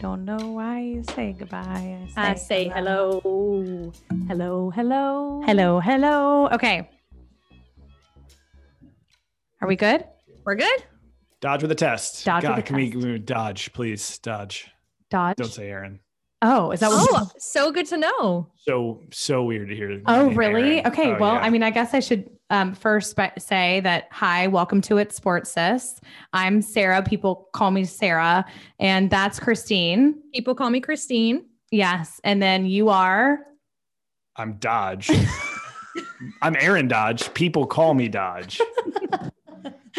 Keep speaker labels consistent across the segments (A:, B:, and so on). A: don't know why you say goodbye.
B: I say hello. Hello, hello.
A: Hello, hello. Okay. Are we good?
B: We're good?
C: Dodge with a test.
A: Dodge with
C: God,
A: a
C: can we-
A: test.
C: we dodge, please? Dodge.
A: Dodge.
C: Don't say Aaron.
A: Oh, is that what?
B: Oh, so good to know.
C: So so weird to hear. my
A: Oh,
C: name
A: really?
C: Aaron.
A: Okay.
C: Oh,
A: well,
C: yeah.
A: I mean, I guess I should um, first by- say that hi, welcome to it, Sports Sis. I'm Sarah. People call me Sarah, and that's Christine.
B: People call me Christine.
A: Yes, and then you are.
C: I'm Dodge. I'm Aaron Dodge. People call me Dodge.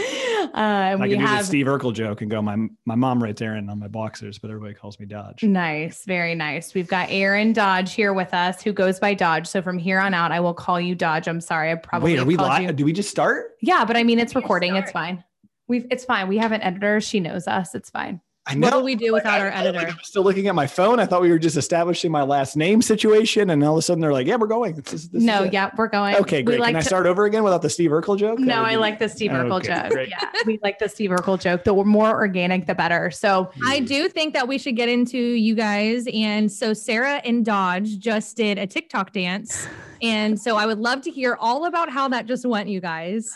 A: Uh, and
C: I
A: we
C: can do the
A: have
C: Steve Urkel joke and go. My my mom writes Aaron on my boxers, but everybody calls me Dodge.
A: nice, very nice. We've got Aaron Dodge here with us, who goes by Dodge. So from here on out, I will call you Dodge. I'm sorry, I probably
C: Wait, are we
A: called
C: live?
A: you-
C: Do we just start?
A: Yeah, but I mean, it's
B: You're
A: recording. It's
B: sorry.
A: fine. We've it's fine. We have an editor. She knows us. It's fine.
C: I
B: What
C: know.
B: will we do without
C: I-
B: our
C: I felt like
B: editor?
C: I was still looking at my phone. I thought we were just establishing my last name situation, and all of a sudden they're like, "Yeah, we're going." This is, this is
A: no,
C: it."
A: yeah, we're going.
C: Okay, great.
A: We like
C: Can I
A: to-
C: start over again without the Steve Urkel joke? That
A: No,
C: would
A: I
C: be-
A: like the Steve
C: Okay,
A: Urkel joke.
C: great.
A: Yeah, we like the Steve Urkel joke. The more organic, the better. So
C: Hmm.
B: I do think that we should get into you guys. And so Sarah and Dodge just did a TikTok dance. And so I would love to hear all about how that just went, you guys.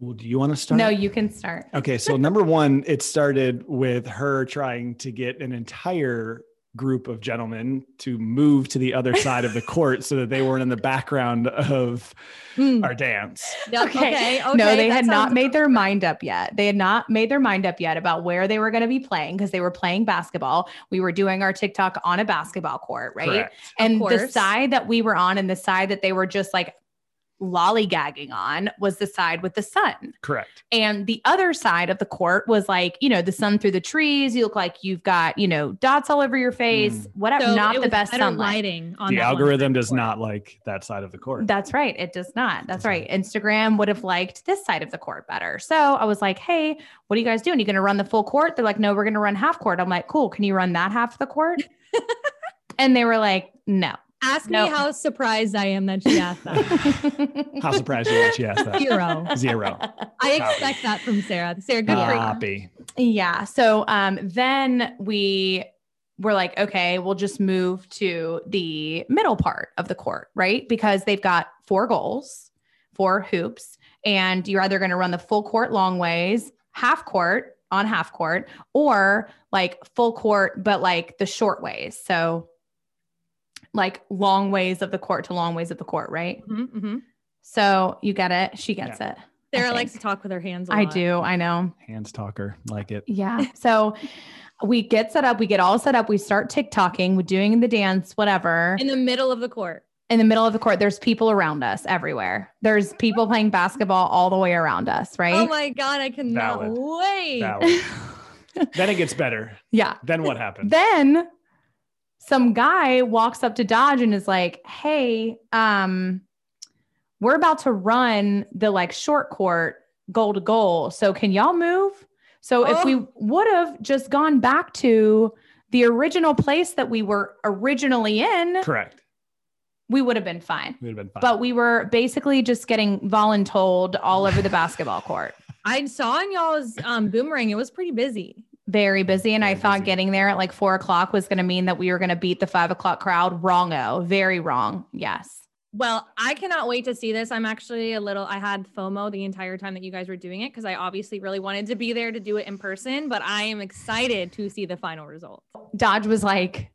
C: Well, do you want to start?
A: no, you can start.
C: Okay, so number one, it started with her trying to get an entire group of gentlemen to move to the other side of the court so that they weren't in the background of
B: Mm.
C: our dance.
B: Yep, Okay. okay.
A: no, they
B: that
A: had not
B: sounds-
A: made their mind up yet. They had not made their mind up yet about where they were going to be playing because they were playing basketball. We were doing our TikTok on a basketball court, right?
C: Correct.
A: And the
B: course.
A: side that we were on and the side that they were just like lollygagging on was the side with the sun.
C: Correct.
A: And the other side of the court was like, you know, the sun through the trees. You look like you've got, you know, dots all over your face,
C: Mm.
A: whatever.
B: So it
A: not the
B: was
A: best
B: better
A: sunlight.
B: lighting on
C: the
B: that one.
C: algorithm does not like that side of the court.
A: That's right. It does not. That's
C: Does not.
A: right. Instagram would have liked this side of the court better. So I was like, hey, what are you guys doing? You going to run the full court? They're like, no, we're going to run half court. I'm like, cool. Can you run that half of the court? and they were like, no.
B: Ask
A: No.
B: me how surprised I am that she asked that.
C: How surprised you that she asked that?
B: Zero.
C: Zero.
B: I
C: Copy.
B: expect that from Sarah. Sarah, good for you.
C: Copy.
A: Yeah. So um, then we were like, okay, we'll just move to the middle part of the court, right? Because they've got four goals, four hoops, and you're either going to run the full court long ways, half court on half court, or like full court, but like the short ways. So like long ways of the court to long ways of the court, right?
B: Mhm, mhm.
A: So you get it. She gets it.
B: Sarah likes to
A: think.
B: talk with her hands. I
A: I do. I know.
C: Hands talker. Like it.
A: Yeah. So we get set up, we get all set up, we start TikToking, we're doing the dance, whatever.
B: In the middle of the court.
A: In the middle of the court, there's people around us everywhere. There's people playing basketball all the way around us,
B: Oh
A: right?
B: my god, I cannot
C: Valid.
B: wait.
C: That one. then it gets better.
A: yeah.
C: Then what happens?
A: Then some guy walks up to Dodge and is like, "Hey, um we're about to run the like short court goal to goal. So can y'all move?" So if we would have just gone back to the original place that we were originally in,
C: Correct.
A: we would have been fine.
C: We'd have been fine.
A: But we were basically just getting voluntold all over the basketball court.
B: I saw in y'all's um, boomerang. It was pretty busy.
A: Very busy. And I
C: Very
A: thought
C: busy.
A: getting there at like four o'clock was going to mean that we were going to beat the five o'clock crowd. Wrongo. Very wrong. Yes.
B: Well, I cannot wait to see this. I'm actually a little. I had FOMO the entire time that you guys were doing it because I obviously really wanted to be there to do it in person. But I am excited to see the final result.
A: Dodge was like,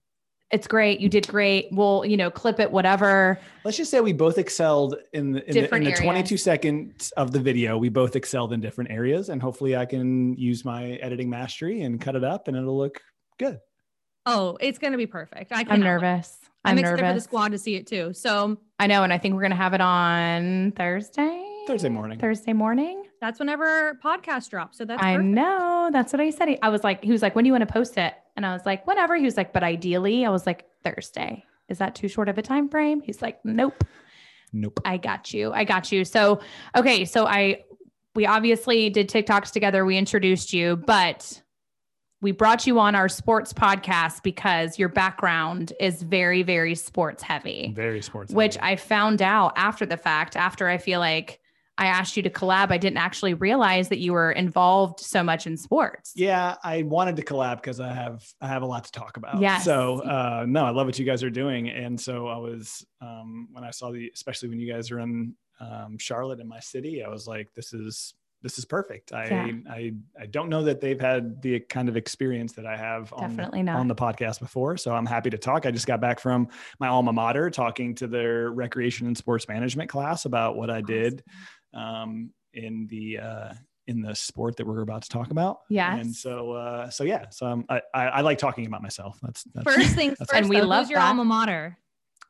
A: it's great. You did great. We'll, you know, clip it, whatever.
C: Let's just say we both excelled in the, in the, in
A: Different
C: the
A: areas.
C: 22 seconds of the video. We both excelled in different areas, and hopefully, I can use my editing mastery and cut it up, and it'll look good.
B: Oh, it's gonna be perfect. I
A: I'm
B: cannot wait.
A: nervous.
B: I'm,
A: I'm,
B: excited for the
A: nervous.
B: squad to see it too. So
A: I know. And I think we're going to have it on Thursday.
C: Thursday morning.
A: Thursday morning.
B: that's whenever podcast drops. So that's
A: I
B: perfect.
A: know. That's what I said. I was like, he was like, when do you want to post it? And I was like, whenever. He was like, but ideally, I was like, Thursday. Is that too short of a time frame? He's like, nope.
C: Nope.
A: I got you. I got you. So, okay. So I, we obviously did TikToks together. We introduced you, but we brought you on our sports podcast because your background is very, very sports heavy
C: Very sports.
A: which I found out after the fact, after I feel like I asked you to collab, I didn't actually realize that you were involved so much in sports.
C: Yeah, I wanted to collab because I have I have a lot to talk about.
A: Yes.
C: So uh, no, I love what you guys are doing, and so I was um, when I saw the especially when you guys were in um, Charlotte in my city, I was like, this is this is perfect. I
A: Yeah.
C: I I don't know that they've had the kind of experience that I have on the,
A: Definitely not.
C: on the podcast before, so I'm happy to talk. I just got back from my alma mater talking to their recreation and sports management class about what I did um, in the uh, in the sport that we're about to talk about.
A: Yes.
C: And so uh, so yeah, so um, I, I I like talking about myself. That's that's
B: First things
C: That's-
B: first,
A: And we
B: though,
A: love
B: who's your
A: that.
B: alma mater?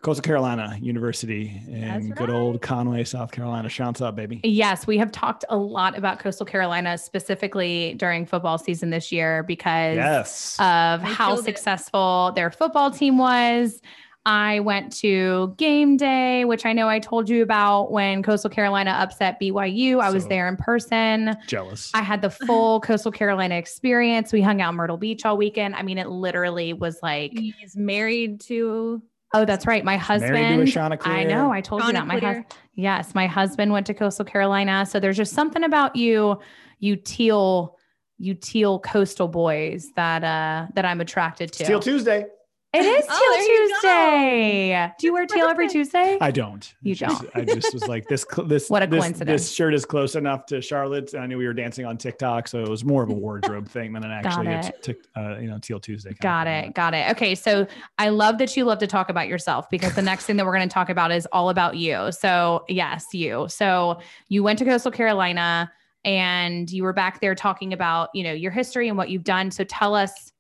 C: Coastal Carolina University in
B: That's
C: good old Conway, South Carolina. Shouts up, baby.
A: Yes, we have talked a lot about Coastal Carolina specifically during football season this year because
C: Yes.
A: of
B: They
A: how
B: killed it.
A: successful their football team was. I went to game day, which I know I told you about when Coastal Carolina upset BYU. I was
C: So-
A: there in person.
C: Jealous.
A: I had the full Coastal Carolina experience. We hung out in Myrtle Beach all weekend. I mean, it literally was like,
B: He's married to
A: oh, that's right. My
C: Married to
A: husband.
C: Ashana Clear.
A: I know. I told you
B: Donna
A: that. My husband.
B: Clear.
A: Yes, my husband went to Coastal Carolina. So there's just something about you, you teal, you teal coastal boys that uh that I'm attracted to.
C: Steel Tuesday.
A: It is Teal
B: Oh, there
A: Tuesday. Do you wear
B: It's
A: teal every
B: perfect.
A: Tuesday?
C: I don't.
A: You
C: Just- I just was like this. cl- This
A: What a
C: this-
A: coincidence.
C: This shirt is close enough to Charlotte's, and I knew we were dancing on TikTok, so it was more of a wardrobe thing than an actually it's
A: it.
C: tick- uh, you know Teal Tuesday. kind of
A: Got
C: thing.
A: it. Got it. Okay. So I love that you love to talk about yourself because the next thing that we're going to talk about is all about you. So, yes, you. So, you went to Coastal Carolina and you were back there talking about, you know, your history and what you've done. So, tell us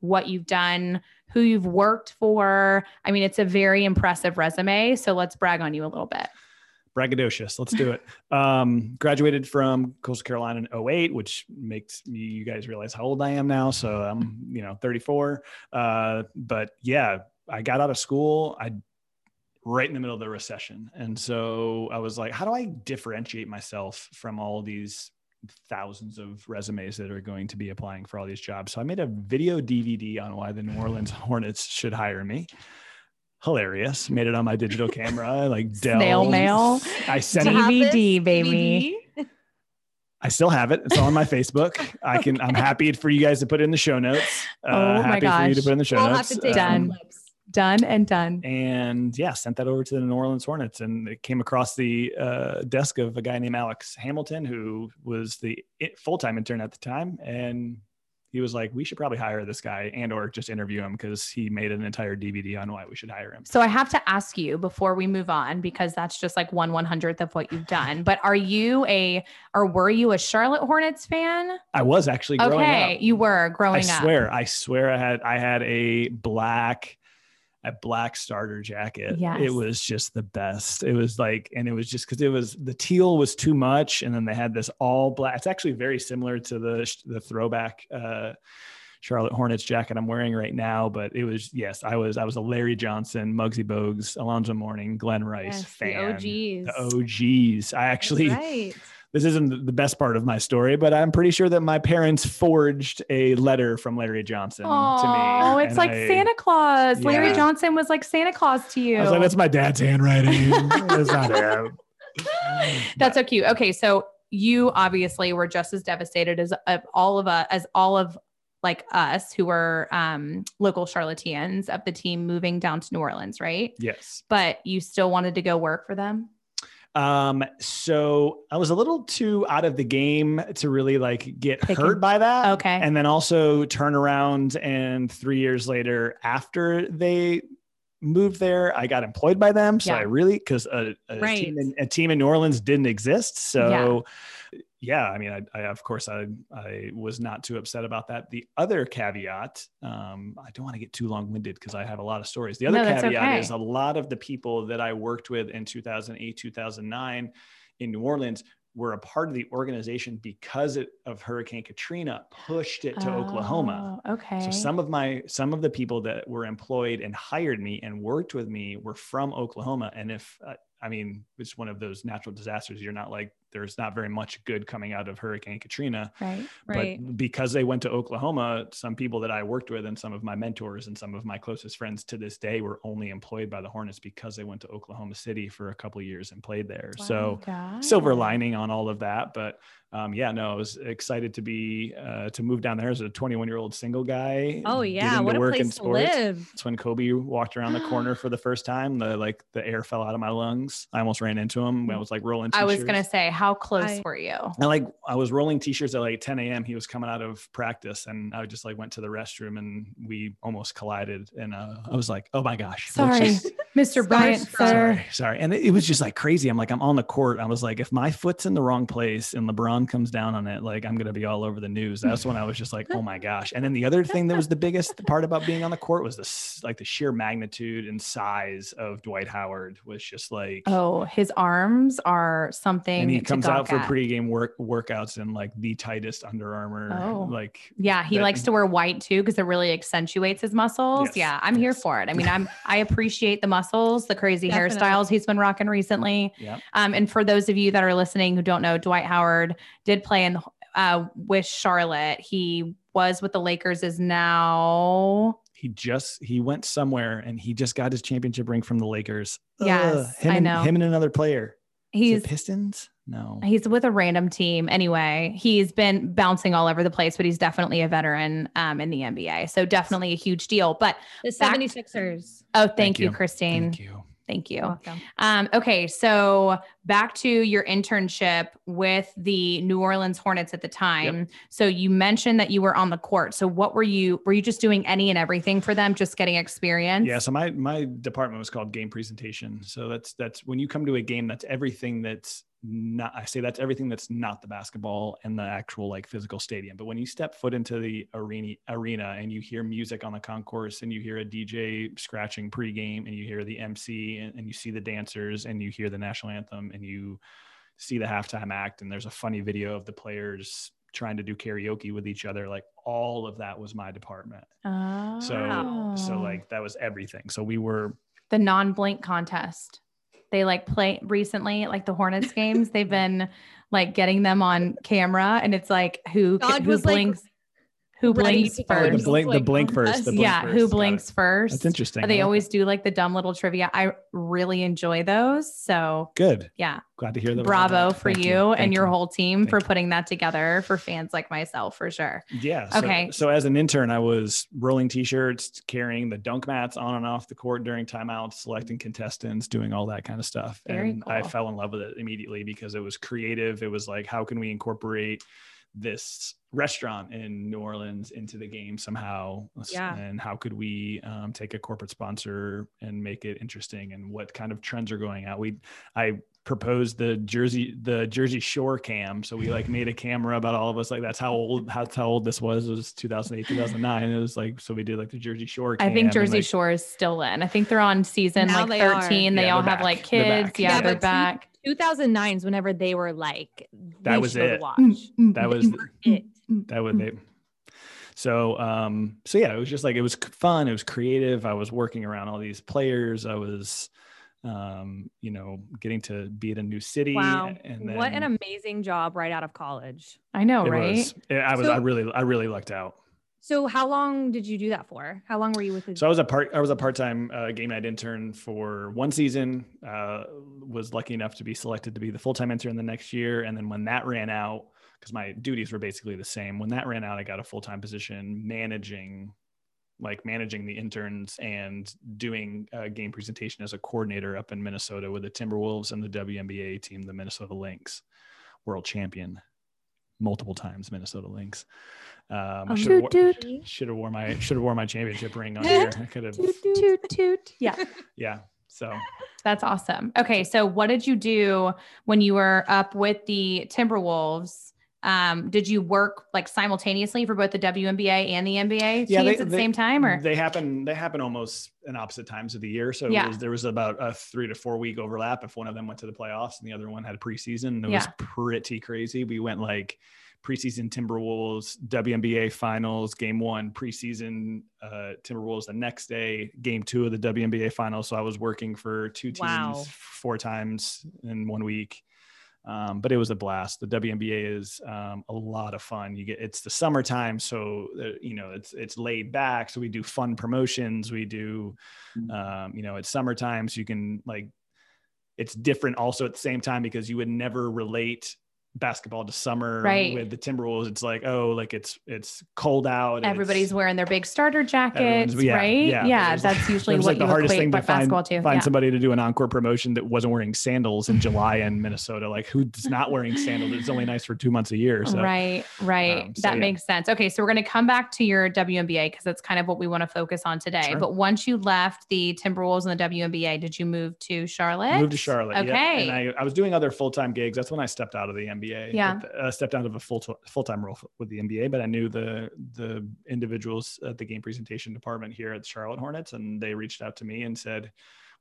A: what you've done, who you've worked for. I mean, it's a very impressive resume. So, let's brag on you a little bit.
C: braggadocious. Let's do it. um, graduated from Coastal Carolina in 08, which makes me, you guys realize how old I am now. So I'm, you know, 34. Uh, but yeah, I got out of school. I right in the middle of the recession. And so I was like, how do I differentiate myself from all these thousands of resumes that are going to be applying for all these jobs? So I made a video DVD on why the New Orleans Hornets should hire me. Hilarious. Made it on my digital camera, like Dell.
A: Snail mail.
C: I sent
B: Do you
C: it.
B: have this?
A: DVD, baby.
C: I still have it. It's on my Facebook. I can. I'm happy for you guys to put it in the show notes. Uh,
A: Oh my
C: happy for you to
A: gosh.
C: put in the show
B: We'll have
C: notes.
B: to take
A: Done.
B: some
C: Um,
B: clips.
A: Done and done.
C: and yeah, sent that over to the New Orleans Hornets, and it came across the uh, desk of a guy named Alex Hamilton, who was the full time intern at the time, and he was like, "We should probably hire this guy and or just interview him because he made an entire DVD on why we should hire him."
A: So I have to ask you before we move on because that's just like one one hundredth of what you've done. But are you a or were you a Charlotte Hornets fan?
C: I was actually growing up.
A: Okay, you were
C: I
A: growing up.
C: swear, I swear, I had I had a black a black starter jacket.
A: Yes.
C: It was just the best. It was like, and it was just because it was the teal was too much, and then they had this all black. It's actually very similar to the the throwback uh, Charlotte Hornets jacket I'm wearing right now. But it was yes, I was I was a Larry Johnson, Muggsy Bogues, Alonzo Mourning, Glenn Rice
B: Yes,
C: fan.
B: The OGs.
C: The OGs. I
B: That's
C: actually
B: right.
C: this isn't the- the best part of my story, but I'm pretty sure that my parents forged a letter from Larry Johnson to me.
A: Oh, it's
C: and
A: like
C: I-
A: Santa Claus. Larry
C: Yeah.
A: Johnson was like Santa Claus to you.
C: I was like, that's my dad's handwriting. That's not him.
A: That's so cute. Okay, so you obviously were just as devastated as uh, all of us, as all of like us who were um, local charlatans of the team moving down to New Orleans, right?
C: yes.
A: But you still wanted to go work for them.
C: Um, so I was a little too out of the game to really like get
A: Pick
C: hurt
A: him.
C: by that.
A: Okay.
C: And then also turn around and three years later, after they moved there, I got employed by them. So
A: Yeah.
C: I really because a, a,
B: Right.
C: team in, a team in New Orleans didn't exist. So yeah, I mean, I, I of course I I was not too upset about that. The other caveat, um, I don't want to get too long winded because I have a lot of stories. The other
A: No, that's
C: caveat
A: okay.
C: is a lot of the people that I worked with in 2008, 2009 in New Orleans were a part of the organization because it, of Hurricane Katrina pushed it to Oklahoma.
A: Oh, Okay.
C: So some of my some of the people that were employed and hired me and worked with me were from Oklahoma. And if uh, I mean, it's one of those natural disasters, you're not like there's not very much good coming out of Hurricane Katrina.
A: Right.
B: Right.
C: But because they went to Oklahoma, some people that I worked with and some of my mentors and some of my closest friends to this day were only employed by the Hornets because they went to Oklahoma City for a couple years and played there. So silver lining on all of that. But um, yeah, no, I was excited to be uh, to move down there as a 21 year old single guy.
B: oh
C: get
B: yeah,
C: into
B: what a
C: work in
B: place to
C: sports.
B: live.
C: It's when Kobe walked around the corner for the first time. The like the air fell out of my lungs. I almost ran into him. I was like rolling.
A: I was
C: t-shirts.
A: gonna say, how close
B: I-
A: were you?
C: And like I was rolling t-shirts at like 10 a.m. He was coming out of practice, and I just like went to the restroom, and we almost collided. And uh, I was like, "Oh my gosh!" let's
A: Sorry,
C: just-
A: Mr. Bryant, sir.
B: Starstruck.
C: sorry, sorry. And it, it was just like crazy. I'm like, I'm on the court. I was like, if my foot's in the wrong place and LeBron comes down on it, like I'm gonna be all over the news. That's when I was just like, oh my gosh. And then the other thing that was the biggest part about being on the court was this like the sheer magnitude and size of Dwight Howard was just like
A: Oh, his arms are something.
C: and he
A: to
C: comes
A: gawk
C: out for
A: at.
C: pregame work workouts in like the tightest Under Armour,
A: Oh.
C: like
A: Yeah, he
C: that-
A: likes to wear white too because it really accentuates his muscles.
C: Yes,
A: Yeah, I'm here
C: yes.
A: for it. I mean, I'm I appreciate the muscles, the crazy
B: Definitely.
A: hairstyles he's been rocking recently.
C: Yep.
A: Um, and for those of you that are listening who don't know, Dwight Howard did play in uh, with Charlotte. He was with the Lakers. Is now
C: he just he went somewhere and he just got his championship ring from the Lakers. Ugh,
A: Yes,
C: him
A: I
C: and,
A: know.
C: him and another player. Is it
A: he's
C: Pistons. No,
A: He's with a random team. Anyway, he's been bouncing all over the place, but he's definitely a veteran um, in the NBA. So definitely a huge deal. But
B: The
A: Back-
B: 76ers.
A: oh, thank, you,
C: you.
A: Christine.
C: thank you.
A: Thank you.
B: You're welcome.
A: Um, okay, so back to your internship with the New Orleans Hornets at the time. So you mentioned that you were on the court. So what were you? Were you just doing any and everything for them, just getting experience?
C: Yeah, so my my department was called game presentation. So that's that's when you come to a game, that's everything that's not I say that's everything that's not the basketball and the actual like physical stadium. But when you step foot into the arena arena and you hear music on the concourse and you hear a DJ scratching pregame and you hear the MC and, and you see the dancers and you hear the national anthem and you see the halftime act and there's a funny video of the players trying to do karaoke with each other like all of that was my department
A: Oh.
C: so so like that was everything so we were
A: the non-blink contest. They like play recently, like the Hornets games. They've been like getting them on camera, and it's like who
B: Dodge
A: who
B: was, like,
A: blinks, who
B: ready
A: blinks
B: to go.
C: oh, the
A: first.
B: Blink
C: blink the blink first the blink
A: yeah,
C: first.
A: who
C: Got it.
A: blinks first?
C: that's interesting I
A: They
C: like
A: always do like the dumb little trivia. I really enjoy those. So
C: that. good
A: yeah,
C: glad to hear that
A: bravo for
C: Thank
A: you, and
C: Thank
A: your
C: you.
A: whole team
C: Thank
A: for
C: you.
A: putting that together for fans like myself for sure.
C: Yeah. So,
A: Okay.
C: So as an intern, I was rolling t-shirts, carrying the dunk mats on and off the court during timeouts, selecting contestants, doing all that kind of stuff.
A: Very
C: and I
A: cool.
C: fell in love with it immediately because it was creative. It was like, how can we incorporate this restaurant in New Orleans into the game somehow?
B: Yeah.
C: And how could we um, take a corporate sponsor and make it interesting? And what kind of trends are going out? We, I proposed the Jersey the Jersey Shore cam. So we like made a camera about all of us. Like that's how old how, how old this was. It was 2008, 2009. It was like so we did like the Jersey Shore. Cam
A: I think
C: and,
A: Jersey
C: like,
A: Shore is still in. I think they're on season
B: Now
A: like
B: they are.
A: thirteen. They
C: Yeah,
A: all
C: they're
A: have
C: back.
A: like
C: They're
A: kids.
C: back.
A: Yeah,
B: Yeah,
A: they're
B: but-
A: back.
B: 2009 is whenever they were like
C: That
B: we
C: was
B: should
C: it.
B: Watch.
A: Mm.
C: That was
B: it.
C: that would they. So um so yeah, it was just like it was c- fun. It was creative. I was working around all these players. I was um you know getting to be in a new city.
B: Wow.
C: Mm. And then
B: what an amazing job right out of college.
A: I know,
C: it
A: right?
C: was, I was
B: So-
C: I really I really lucked out.
B: So how long did you do that for? How long were you with the
C: So I was a part. I was a part-time uh, game night intern for one season. Uh, was lucky enough to be selected to be the full-time intern the next year, and then when that ran out, because my duties were basically the same. When that ran out, I got a full-time position managing, like managing the interns and doing uh, game presentation as a coordinator up in Minnesota with the Timberwolves and the WNBA team, the Minnesota Lynx, world champion, multiple times Minnesota Lynx. Um, I
B: Um,
C: should've
A: Toot
C: wor-
A: toot.
C: should have wore my should have wore my championship ring on here. I could have.
A: Toot toot. Yeah,
C: Yeah. So
A: that's awesome. Okay, so what did you do when you were up with the Timberwolves? Um, did you work like simultaneously for both the WNBA and the NBA teams
C: Yeah, they-
A: at the
C: they-
A: same time, or
C: they happen they happen almost in opposite times of the year. So
A: Yeah.
C: it was, there was about a three to four week overlap if one of them went to the playoffs and the other one had preseason. It
A: Yeah.
C: was pretty crazy. We went like preseason Timberwolves, WNBA finals, game one, preseason uh, Timberwolves the next day, game two of the WNBA finals. So I was working for two teams
B: Wow.
C: four times in one week. Um, but it was a blast. The WNBA is um, a lot of fun. You get it's the summertime, so uh, you know it's it's laid back. So we do fun promotions. We do, um, you know, it's summertime, so you can like. It's different also at the same time because you would never relate basketball to summer
A: Right.
C: with the Timberwolves. It's like oh, like it's it's cold out. it's-
A: Everybody's wearing their big starter jackets,
C: Everyone's- yeah,
A: right?
C: yeah.
A: Yeah,
C: It was-
A: that's usually
C: it was
A: what
C: like the
A: you
C: hardest
A: equate
C: thing to
A: ba-
C: find,
A: basketball to.
C: find
A: yeah.
C: somebody to do an encore promotion that wasn't wearing sandals in July in Minnesota. Like who's not wearing sandals? It's only nice for two months a year. So
A: Right, right.
C: Um, so,
A: that
C: yeah.
A: makes sense. Okay, so we're going to come back to your WNBA because that's kind of what we want to focus on today.
C: Sure.
A: But once you left the Timberwolves and the WNBA, did you move to Charlotte?
C: Moved to Charlotte. yep.
A: Okay.
C: And I, I was doing other full time gigs. That's when I stepped out of the NBA.
A: Yeah.
C: Uh, stepped out of a full full time role f- with the NBA, but I knew the the individuals at the game presentation department here at Charlotte Hornets, and they reached out to me and said,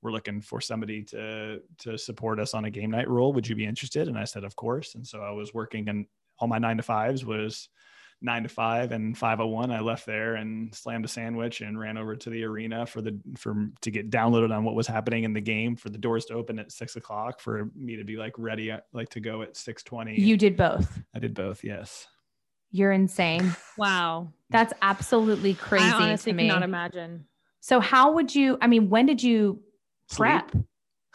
C: "We're looking for somebody to to support us on a game night role. Would you be interested?" And I said, "Of course." And so I was working, and all my nine to fives was nine to five and 501 i left there and slammed a sandwich and ran over to the arena for the for to get downloaded on what was happening in the game for the doors to open at six o'clock for me to be like ready uh, like to go at 620
A: You did both.
C: i did both yes
A: You're insane.
B: Wow.
A: That's absolutely crazy
B: I honestly
A: to me.
B: cannot imagine.
A: so how would you? I mean, when did you
C: Sleep.
A: prep?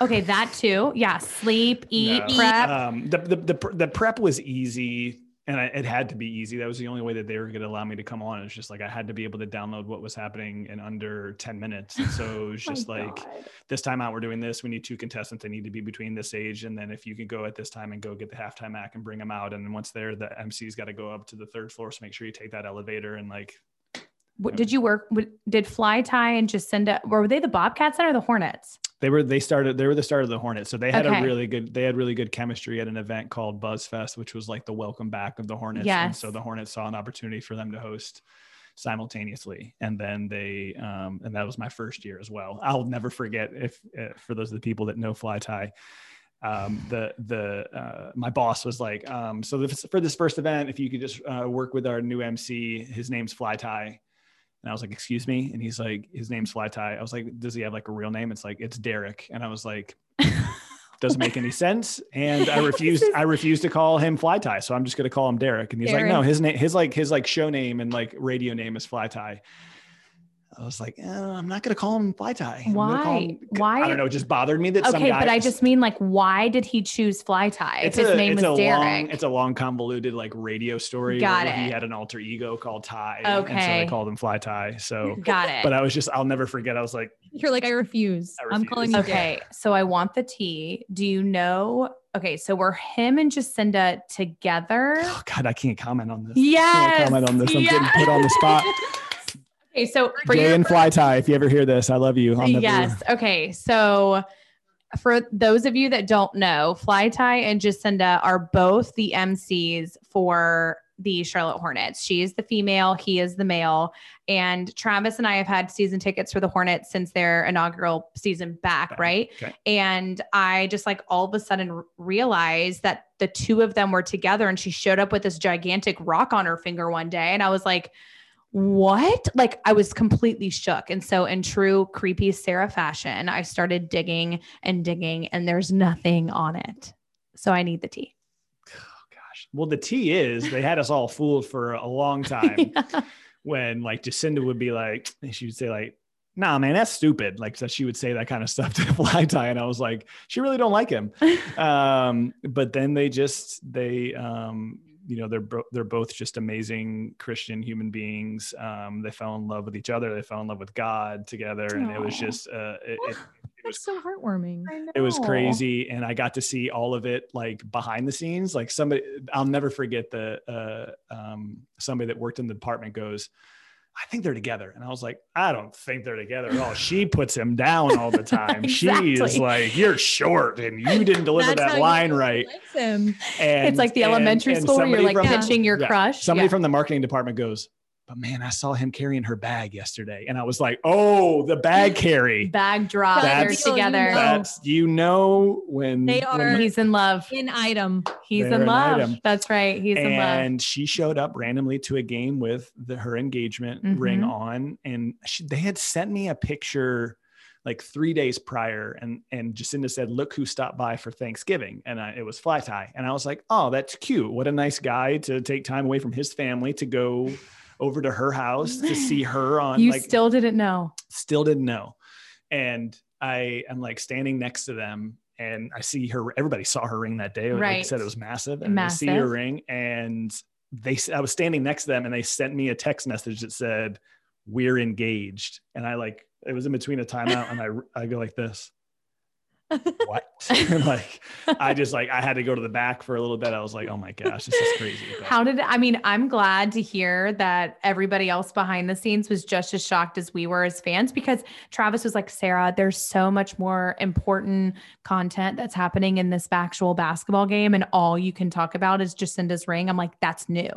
A: Okay, that too. Yeah, sleep, eat,
C: No.
A: prep.
C: um the, the the pr- the prep was easy and I, it had to be easy that was the only way that they were going to allow me to come on it's just like i had to be able to download what was happening in under 10 minutes And so
A: Oh
C: it was
A: My
C: just like
A: God.
C: this time out we're doing this we need two contestants they need to be between this age and then if you can go at this time and go get the halftime act and bring them out and then once they're the mc's got to go up to the third floor so make sure you take that elevator and like
A: What, did you work? What, did Fly Tie and Jacinda? Were they the Bobcats then or the Hornets?
C: they were they started they were the start of the hornets so they had
A: Okay.
C: a really good they had really good chemistry at an event called buzzfest which was like the welcome back of the hornets and
A: Yes.
C: so the hornets saw an opportunity for them to host simultaneously and then they um and that was my first year as well i'll never forget if uh, for those of the people that know fly tie um the the uh my boss was like um so this, for this first event if you could just uh, work with our new mc his name's fly tie and I was like, excuse me. And he's like, his name's Fly Tie. I was like, does he have like a real name? It's like, it's Derek. And I was like, doesn't make any sense. And I refused, I refused to call him Fly Tie. So I'm just gonna call him Derek. And he's like, no,
B: Derek.
C: his name, his like his like show name and like radio name is Fly Tie. I was like, uh, I'm not gonna call him Fly Tie. I'm gonna call
A: Why?
C: him-
A: Why?
C: I don't know. It just bothered me that some
A: Okay,
C: guy.
A: but I just mean like, why did he choose Fly Tie if his name was
C: a
A: Derek?
C: long, it's a long convoluted like radio story.
A: Got
C: where He
A: it.
C: had an alter ego called Tie, and so they
A: Okay.
C: called him Fly Tie. So
A: Got it.
C: but I was just, I'll never forget. I was like,
B: You're like, I refuse.
C: I
B: I'm
C: refuse.
B: calling you Derek.
A: okay, so I want the tea. Do you know? Okay, so were him and Jacinda together?
C: oh God, I can't comment on this. I
A: Yes.
C: can't comment on this. I'm
A: yes.
C: getting put on the spot.
A: Okay, so for
C: Jay
A: your
C: and Fly Tie, if you ever hear this, I love you. I'll never,
A: yes. Okay. So for those of you that don't know, Fly Tie and Jacinda are both the MCs for the Charlotte Hornets. She is the female, he is the male. And Travis and I have had season tickets for the Hornets since their inaugural season back,
C: Back.
A: right?
C: Okay.
A: And I just like all of a sudden r- realized that the two of them were together and she showed up with this gigantic rock on her finger one day. And I was like, what? Like I was completely shook. And so in true creepy Sarah fashion, I started digging and digging and there's nothing on it. So I need the tea.
C: gosh. Well, the tea is they had us all fooled for a long time
A: Yeah.
C: when like Jacinda would be like, she would say like, nah, man, that's stupid. Like so she would say that kind of stuff to Fly Tie. And I was like, she really don't like him. um, but then they just, they, um, you know they're bro- they're both just amazing Christian human beings. Um, they fell in love with each other. They fell in love with God together, and it was
A: Aw.
C: just uh, it, it, it was
B: That's so heartwarming.
C: it
A: Oh.
C: was crazy and i got to see all of it like behind the scenes like somebody i'll never forget the uh, um, somebody that worked in the department goes i think they're together and i was like i don't think they're together at all she puts him down all the time she is
A: Exactly.
C: like you're short and you didn't deliver
B: That's how
C: that
B: you
C: line
B: know he
C: right
B: likes him.
C: and
A: it's like the
C: and-
A: elementary
C: and
A: school where you're
C: somebody
A: like
C: from the-
A: pitching your
C: yeah.
A: crush.
C: somebody
A: Yeah.
C: from the marketing department goes but man i saw him carrying her bag yesterday and i was like oh the bag carry
A: bag drop. They're
C: That's-
A: together.
B: That-
C: that's you know when
B: They
C: when
B: are
A: He's in love.
B: in item.
A: He's
C: They're
A: in
C: an
A: love.
C: item.
A: That's right. He's in love.
C: and she showed up randomly to a game
A: Mm-hmm.
C: with the, her engagement ring on and she, they had sent me a picture like three days prior, and and Jacinda said, "Look who stopped by for Thanksgiving," and I, it was Fly Tie, and I was like, "Oh, that's cute. What a nice guy to take time away from his family to go." over to her house to see her on
A: you
C: like
A: still didn't know.
C: still didn't know. And I am like standing next to them and I see her, everybody saw her ring that day. Like I
A: Right.
C: said, it was massive. And I see
A: Massive.
C: her ring and they, s- I was standing next to them and they sent me a text message that said, we're engaged. And I like, it was in between a timeout and I, I go like this. What? And, like, I just like, I had to go to the back for a little bit. I was like, oh my gosh, this is crazy. But-
A: How did I mean? I'm glad to hear that everybody else behind the scenes was just as shocked as we were as fans because Travis was like, Sarah, there's so much more important content that's happening in this actual basketball game, and all you can talk about is Jacinda's ring. I'm like, that's new.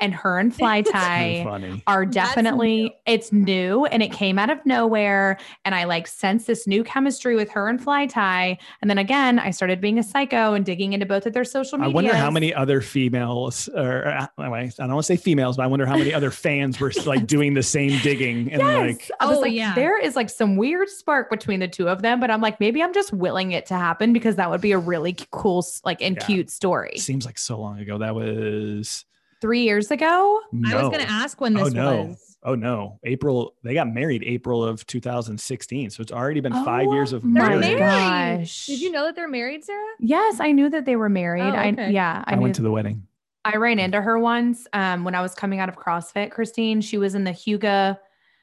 A: And her and Fly
C: So
A: Tie
C: funny.
A: are
B: That's
A: definitely
B: new.
A: it's new and it came out of nowhere and i like sense this new chemistry with her and fly tie and then again i started being a psycho and digging into both of their social
C: I
A: media
C: wonder how many other females, or uh, anyway, I don't want to say females, but I wonder how many other fans were like doing the same digging
A: yes.
C: and like,
A: I was
B: Oh,
A: like,
B: yeah.
A: there is like some weird spark between the two of them, but I'm like, maybe I'm just willing it to happen because that would be a really c- cool, s- like, and
C: Yeah.
A: cute story.
C: seems like so long ago. That was
A: Three years ago,
C: no.
B: I was going to ask when
C: Oh,
B: this
C: no.
B: was.
C: Oh no, April. They got married April of 2016, so it's already been
A: Oh
C: five years of
A: my
B: They're
C: marriage.
B: married.
A: gosh.
B: Did you know that they're married, Sarah?
A: yes, I knew that they were married.
B: Oh,
A: I
B: okay.
A: yeah,
C: I,
A: knew
C: went to the wedding.
A: I ran into her once um, when I was coming out of CrossFit, Christine. She was in the Huga.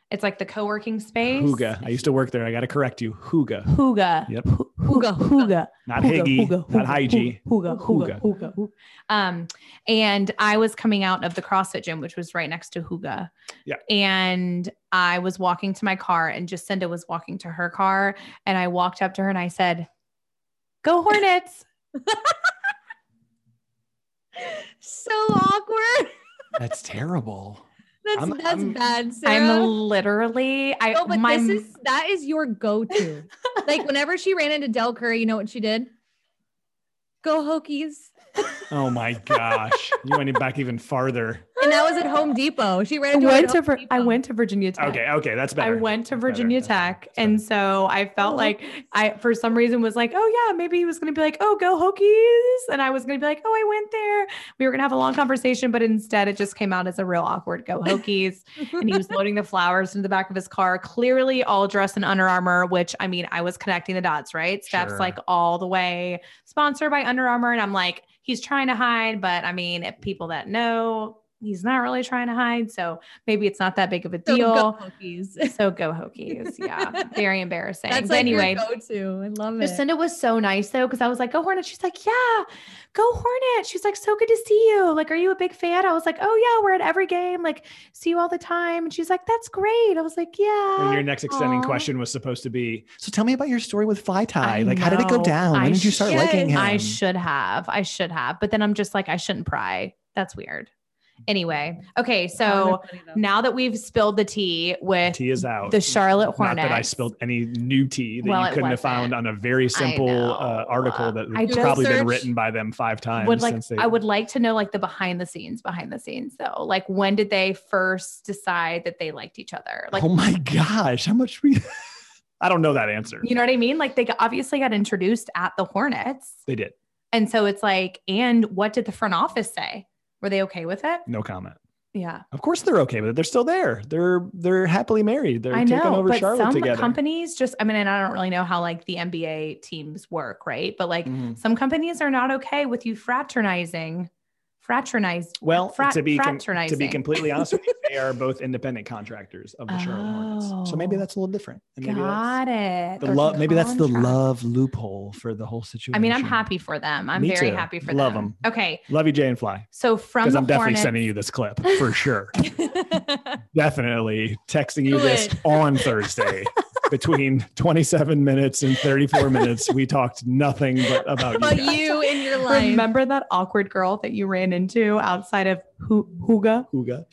A: It's like the co-working space.
C: Hooga. I used to work there. I got to correct you. Hooga,
A: Huga.
C: Yep.
A: Hu- Huga. Huga.
C: not
A: Hygge,
C: Higgy,
A: Hygge,
C: not
A: Hygge,
C: Hygie.
A: Hygge,
C: Hygge.
A: Hygge, Hygge, Hygge. Um, and I was coming out of the CrossFit gym, which was right next to Huga.
C: Yeah.
A: And I was walking to my car, and Jacinda was walking to her car, and I walked up to her and I said, "Go Hornets!"
B: So awkward.
C: That's terrible.
B: That's
C: I'm-
B: that's
C: I'm-
B: bad, Sarah.
A: I'm literally, I
B: No, but
A: my
B: this is that is your go-to. like whenever she ran into Del Curry, you know what she did? Go Hokies.
C: Oh my gosh, you went back even farther.
B: And that was at Home Depot. She ran
A: I
B: into her at
A: went to
B: Home
A: Vir- I
B: Depot.
A: went to Virginia Tech.
C: Okay, okay, that's better.
A: I went to
C: That's better.
A: Virginia
C: That's better.
A: Tech,
C: That's better.
A: and so I felt
B: Oh,
A: like I, for some reason, was like, "Oh yeah, maybe he was going to be like, oh go Hokies," and I was going to be like, "Oh, I went there." We were going to have a long conversation, but instead, it just came out as a real awkward go Hokies, and he was loading the flowers into the back of his car, clearly all dressed in Under Armour. Which I mean, I was connecting the dots, right?
C: Sure.
A: Steph's like all the way sponsored by Under Armour, and I'm like, he's trying to hide, but I mean, if people that know. He's not really trying to hide, so maybe it's not that big of a
B: So
A: deal.
B: Go Hokies.
A: So go Hokies. Yeah. Very embarrassing.
B: That's
A: but
B: like
A: anyway,
B: your go-to. I love it.
A: Jacinda was so nice though, because I was like, go Hornet. She's like, yeah, go Hornet. She's like, so good to see you. Like, are you a big fan? I was like, oh yeah, we're at every game. Like, see you all the time. And she's like, that's great. I was like,
C: And your
A: yeah.
C: next extending
A: Aw.
C: question was supposed to be, so tell me about your story with Fly
A: I
C: Tie. like, how did it go
A: know.
C: down?
A: I
C: when did you start
B: should-
C: liking him?
A: I should have. I should have. But then I'm just like, I shouldn't pry. That's weird. Anyway. Okay. So now that we've spilled the tea with
C: Tea is out.
A: the Charlotte
C: Not
A: Hornets.
C: that I spilled any new tea that
A: Well,
C: you
A: it
C: couldn't have found
A: wasn't.
C: on a very simple
A: know.
C: uh, article that
A: I
C: has
A: just
C: probably been
B: searched-
C: written by them five times.
A: would like
C: since they,
A: I would like to know like the behind the scenes behind the scenes though. Like when did they first decide that they liked each other? Like
C: oh my gosh, how much we? I don't know that answer.
A: you know what I mean? Like they got- obviously got introduced at the Hornets.
C: they did.
A: And so it's like and what did the front office say? Were they okay with it?
C: No comment.
A: Yeah.
C: Of course they're okay with it. They're still there. They're they're happily married. They're
A: I
C: taking
A: know,
C: over
A: but
C: Charlotte
A: some
C: together.
A: companies just I mean and I don't really know how like the NBA teams work, right? But like
C: Mhm.
A: some companies are not okay with you fraternizing fraternize
C: Well,
A: frat-
C: to be com- to be
A: fraternizing.
C: completely honest with you, they are both independent contractors of the Charlotte Hornets. So maybe
A: Oh.
C: that's a little different. And maybe that's
A: Got it.
C: the
A: There's a
C: love. Maybe that's the
A: contract.
C: love loophole for the whole situation.
A: I mean, I'm happy for them. I'm
C: Me
A: very
C: too.
A: happy for
C: Love
A: them. Okay.
C: Love you, Jay and Fly,
A: So from
C: because
A: the
C: I'm definitely
A: Hornets-
C: sending you this clip for sure.
B: now
C: definitely texting you
B: Do
C: this
B: it.
C: on Thursday. Between 27 minutes and 34 minutes, we talked nothing but about,
B: about
C: you. guys.
B: you and your life.
A: Remember that awkward girl that you ran into outside of Hu- Huga?
C: Ooga.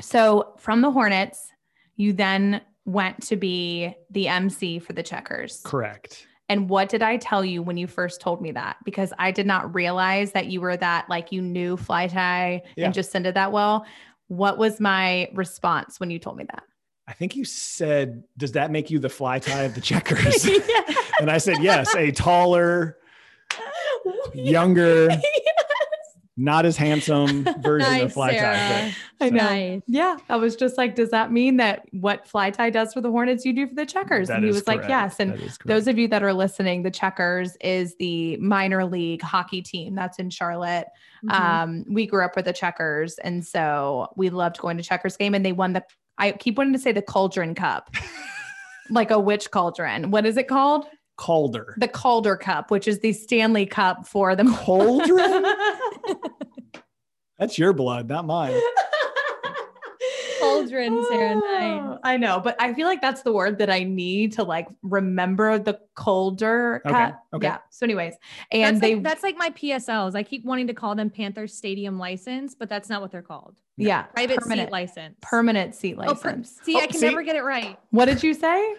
A: So from the Hornets, you then went to be the MC for the Checkers.
C: Correct.
A: And what did I tell you when you first told me that? Because I did not realize that you were that, like you knew fly tie
C: Yeah.
A: and just sent it that well. What was my response when you told me that?
C: I think you said, does that make you the fly tie of the checkers?
A: Yeah.
C: and I said, yes, a taller, younger, not as handsome version of
B: Nice,
C: fly tie.
B: Sarah.
A: I know.
B: Nice.
A: Yeah, I was just like, does that mean that what fly tie does for the Hornets, you do for the
C: but
A: Checkers?
C: that
A: and he
C: is
A: was like,
C: correct.
A: yes. And
C: That is correct.
A: those of you that are listening, the Checkers is the minor league hockey team that's in Charlotte.
B: Mm-hmm.
A: Um, we grew up with the Checkers, and so we loved going to Checkers game. And they won the. I keep wanting to say the Cauldron Cup, like a witch cauldron. What is it called?
C: Calder.
A: The Calder Cup, which is the Stanley Cup for the.
C: Cauldron? That's your blood, not mine.
B: Cauldron, Sarah,
A: Oh,
B: nice.
A: I know, but I feel like that's the word that I need to like remember the colder
C: Okay,
A: cut.
C: okay.
A: Yeah. So, anyways,
B: and
A: and
B: that's
A: they,
B: like, that's like my PSLs. I keep wanting to call them Panther Stadium license, but that's not what they're called.
A: yeah,
B: Private
A: permanent,
B: seat license.
A: permanent seat
B: Oh,
A: license.
B: per- see,
C: Oh,
B: I can
C: see?
B: never get it right.
A: what did you say?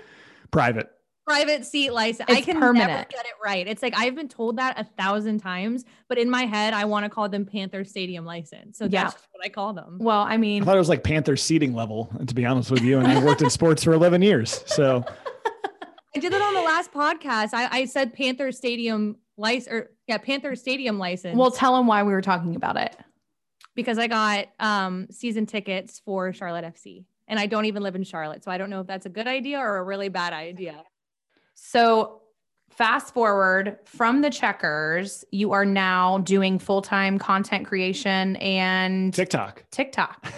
C: Private.
B: Private seat license. I
A: It's
B: can never
A: permanent.
B: get it right. It's like I've been told that a thousand times, but in my head, I want to call them Panther Stadium license. So
A: Yeah.
B: that's just what I call them.
A: Well, I
C: I
A: mean,
C: thought it was like Panther seating level, to be honest with you. And I worked in sports for 11 years. So
B: I did that on the last podcast. I, I said Panther Stadium license or yeah, Panther Stadium license.
A: well, tell them why we were talking about it.
B: because I got um, season tickets for Charlotte FC. And I don't even live in Charlotte. So I don't know if that's a good idea or a really bad idea.
A: So, fast forward from the checkers, you are now doing full time content creation and
C: TikTok.
A: TikTok,
C: That's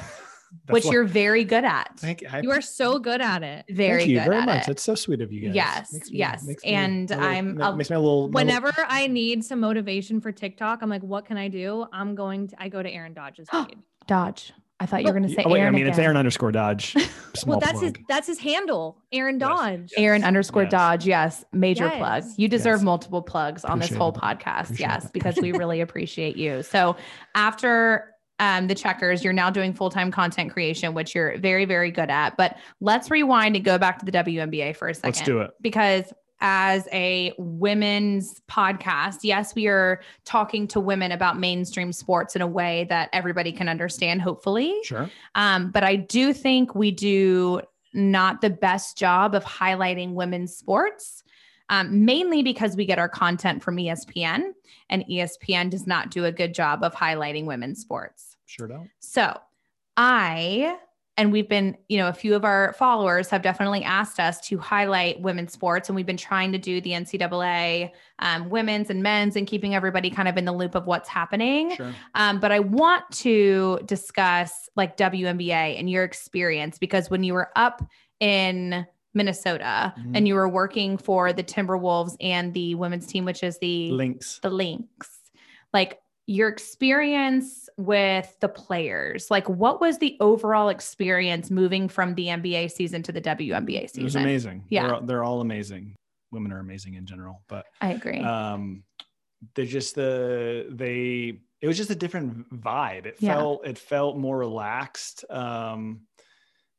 A: which
C: what-
A: you're very good at.
C: Thank, I,
B: You are so good at it.
A: very
C: thank you
A: good
C: very
A: at
C: much.
A: it.
C: That's so sweet of you guys.
A: Yes,
C: Makes me-
A: yes.
C: makes me
A: And
C: a little-
A: I'm
C: ma-
A: a-
C: makes me a little. my little-
B: Whenever I need some motivation for TikTok, I'm like, what can I do? I'm going to, I go to Aaron Dodge's page.
A: Dodge. I thought you were going to say
C: Oh, wait,
A: Aaron.
C: I mean, it's
A: again.
C: Aaron underscore Dodge. Small
B: well, that's
C: plug.
B: his, that's his handle, Aaron
C: Yes.
B: Dodge.
C: Yeah.
A: Aaron
C: Yes.
A: underscore
C: Yes.
A: Dodge. Yes. Major
B: Yes.
A: plug. You deserve
C: Yes.
A: multiple plugs on this
C: Appreciate
A: whole
C: it.
A: podcast.
C: Appreciate
A: yes.
C: it.
A: Because we really appreciate you. So after um, the checkers, you're now doing full time content creation, which you're very, very good at. But let's rewind and go back to the WNBA for a 2nd
C: Let's do it.
A: because as a women's podcast, yes, we are talking to women about mainstream sports in a way that everybody can understand, hopefully.
C: Sure.
A: Um, but I do think we do not the best job of highlighting women's sports, um, mainly because we get our content from E ESPN, and E ESPN does not do a good job of highlighting women's sports.
C: Sure don't.
A: So I, and we've been, you know, a few of our followers have definitely asked us to highlight women's sports, and we've been trying to do the NCAA um, women's and men's and keeping everybody kind of in the loop of what's happening.
C: Sure.
A: Um, but I want to discuss like WNBA and your experience because when you were up in Minnesota
C: Mhm.
A: and you were working for the Timberwolves and the women's team, which is the
C: Links.
A: the Lynx, like your experience with the players, like what was the overall experience moving from the NBA season to the WNBA
C: It was
A: season?
C: amazing.
A: Yeah.
C: They're, they're all amazing. Women are amazing in general, but
A: I agree.
C: um they're just the they it was just a different vibe it
A: Yeah.
C: felt it felt more relaxed um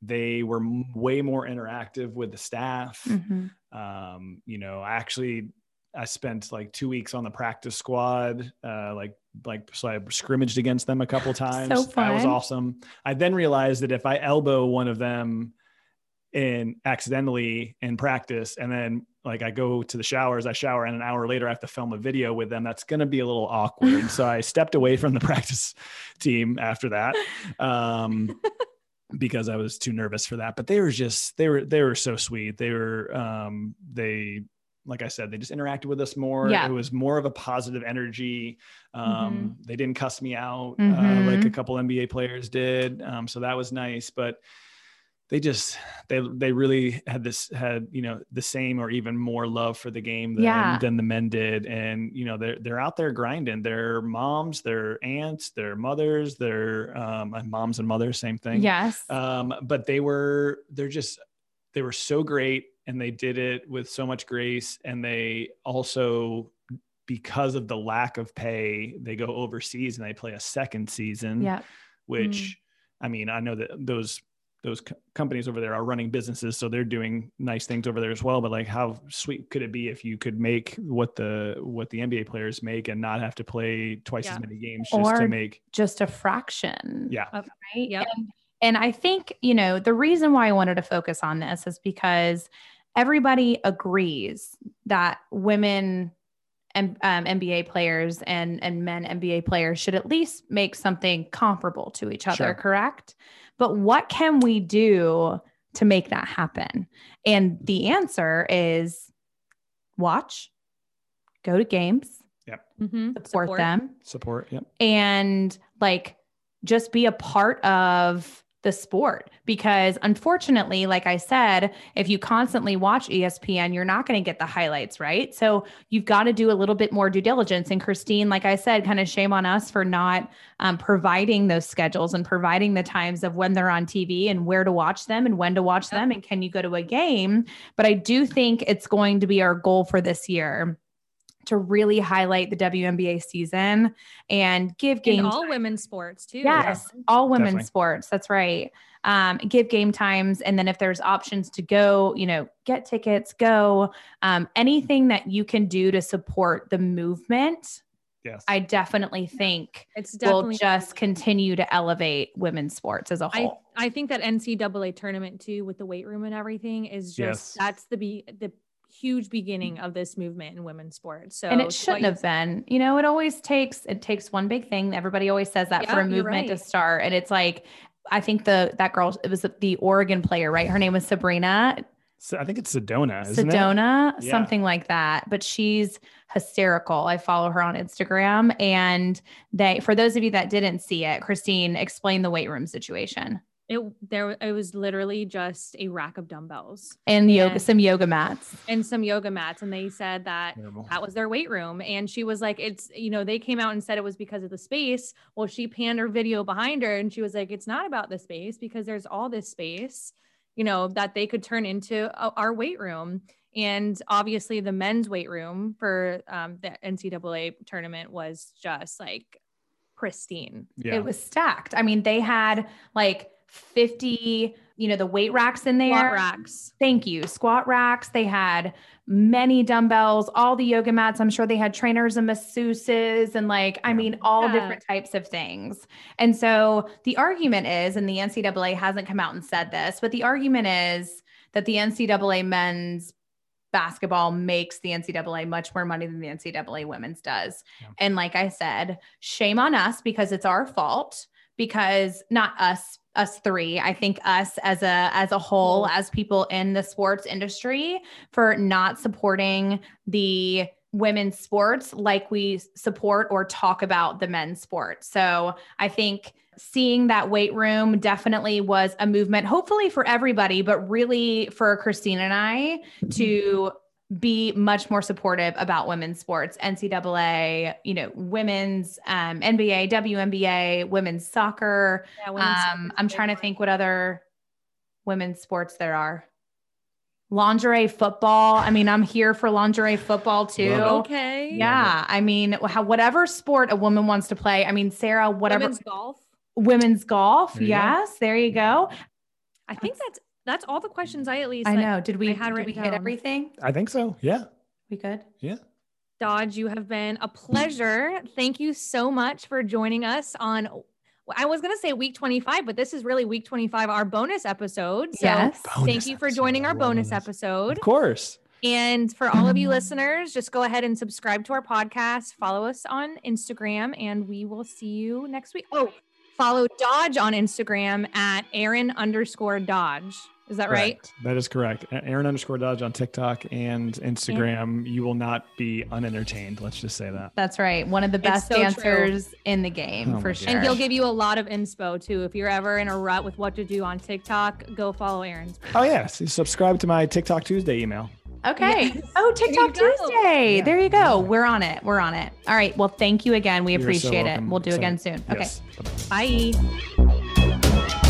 C: they were m- way more interactive with the staff
A: Mhm.
C: um you know i actually i spent like two weeks on the practice squad uh like like so i scrimmaged against them a couple times that was
A: fun.
C: awesome i then realized that if i elbow one of them in accidentally in practice and then like i go to the showers i shower and an hour later i have to film a video with them that's going to be a little awkward so i stepped away from the practice team after that um because I was too nervous for that. But they were just they were they were so sweet. They were um they like I said, they just interacted with us more.
A: Yeah. Mm-hmm.
C: It was more of a positive energy. Um, They didn't cuss me out
A: Mhm.
C: uh, like a couple NBA players did. Um, so that was nice. But they just they they really had this had you know the same or even more love for the game than,
A: Yeah.
C: than the men did and you know they're they're out there grinding their moms their aunts their mothers their um, moms and mothers same thing
A: Yes.
C: um, but they were they're just they were so great and they did it with so much grace and they also because of the lack of pay they go overseas and they play a second season
A: yeah.
B: Mm.
C: which I mean, I know that those those co- companies over there are running businesses, so they're doing nice things over there as well. But like, how sweet could it be if you could make what the what the NBA players make and not have to play twice
B: Yeah.
C: as many games just
A: Or-
C: to make?
A: Just a fraction.
C: Yeah,
A: Right.
B: Yep.
A: And, And I think, you know, the reason why I wanted to focus on this is because everybody agrees that women and um, NBA players and and men NBA players should at least make something comparable to each other,
C: Sure.
A: correct? But what can we do to make that happen? And the answer is watch, go to games,
B: Mhm.
A: support, them,
C: Support. Yep.
A: and like just be a part of the sport because unfortunately like i said if you constantly watch E espn you're not going to get the highlights right so you've got to do a little bit more due diligence and christine like i said kind of shame on us for not um, providing those schedules and providing the times of when they're on tv and where to watch them and when to watch them and can you go to a game but i do think it's going to be our goal for this year to really highlight the WNBA season and give
B: In
A: games
B: all women's sports too.
A: Yes, all women's
C: Definitely.
A: sports. That's right. Um, give game times, and then if there's options to go, you know, get tickets, go. Um, anything that you can do to support the movement,
C: Yes.
A: I definitely think
B: It's
A: will
B: definitely
A: just continue to elevate women's sports as a
B: I,
A: whole.
B: I think that NCAA tournament too, with the weight room and everything, is just
C: Yes.
B: that's the be the huge beginning of this movement in women's sports. So
A: and
B: to
A: it
B: what
A: shouldn't
B: you-
A: have been. You know, it always takes it takes one big thing. Everybody always says that
B: Yeah,
A: for a
B: you're
A: movement to
B: right.
A: start, and it's like I think the that girl it was the Oregon player, right? Her name was Sabrina.
C: So I think it's Sedona. Isn't It?
A: Sedona,
C: Yeah.
A: something like that. But she's hysterical. I follow her on Instagram. And they, for those of you that didn't see it, Christine, explain the weight room situation
B: it there it was literally just a rack of dumbbells
A: and yoga,
B: Yeah.
A: some yoga mats.
B: and some yoga mats, and they said that
C: Terrible.
B: that was their weight room. And she was like, it's, you know, they came out and said it was because of the space. Well, she panned her video behind her and she was like, it's not about the space because there's all this space, you know, that they could turn into o- our weight room. And obviously, the men's weight room for um, the NCAA tournament was just like pristine.
C: Yeah.
A: It was stacked. I mean, they had like 50, you know, the weight racks in there.
B: Squat racks.
A: Thank you. Squat racks. They had many dumbbells, all the yoga mats. I'm sure they had trainers and masseuses and like, I
C: Yeah.
A: mean, all
B: Yeah.
A: different types of things. And so the argument is, and the NCAA hasn't come out and said this, but the argument is that the NCAA men's basketball makes the NCAA much more money than the NCAA women's does.
C: Yeah.
A: And like I said, shame on us because it's our fault because not us us three i think us as a as a whole as people in the sports industry for not supporting the women's sports like we support or talk about the men's sports so i think seeing that weight room definitely was a movement hopefully for everybody but really for christine and i to be much more supportive about women's sports, NCAA, you know, women's um, NBA, WNBA, women's soccer.
B: Yeah, women's
A: Um,
B: soccer's
A: I'm
B: a big
A: trying to
B: one.
A: think what other women's sports there are. Lingerie football. I mean, I'm here for lingerie football too.
C: Love
B: Okay.
A: Yeah. I mean, wh- how, whatever sport a woman wants to play. I mean, Sarah, whatever
B: Women's
A: women's, golf.
B: golf.
C: There you go.
A: yes. There you go.
B: I think that's that's all the questions I at least
A: I
B: like,
A: know. Did we,
B: had
A: did
B: written
A: we hit
B: down.
A: everything?
C: I think so. Yeah.
A: We good?
B: Dodge, you have been a pleasure. Thank you so much for joining us on. I was going to say week 25, but this is really week 25, our bonus episode. So
A: yes.
C: Bonus
B: thank you for joining
C: episode.
B: our
C: I love
B: bonus
C: this.
B: episode.
C: Of course.
B: And for all of you listeners, just go ahead and subscribe to our podcast, follow us on Instagram, and we will see you next week. Oh, follow Dodge on Instagram at Aaron underscore Dodge. Is that right?
C: Correct. That is correct. A- Aaron underscore Dodge on TikTok and Instagram. You will not be unentertained. Let's just say that.
A: That's right. One of the
B: It's
A: best
B: so true.
A: dancers in the game
C: Oh my
A: for
C: gosh.
A: sure.
B: And he'll give you a lot of inspo too. If you're ever in a rut with what to do on TikTok, go follow Aaron's.
C: Oh yeah. So subscribe to my TikTok Tuesday email.
A: okay.
B: Yes.
A: Oh, TikTok
B: There you go.
A: Tuesday.
C: Yeah.
A: There you go. We're on it. We're on it. All right. Well, thank you again. We
C: You're so
A: appreciate it.
C: welcome.
A: We'll do
C: So-
A: again soon. Okay.
C: Yes.
B: Bye.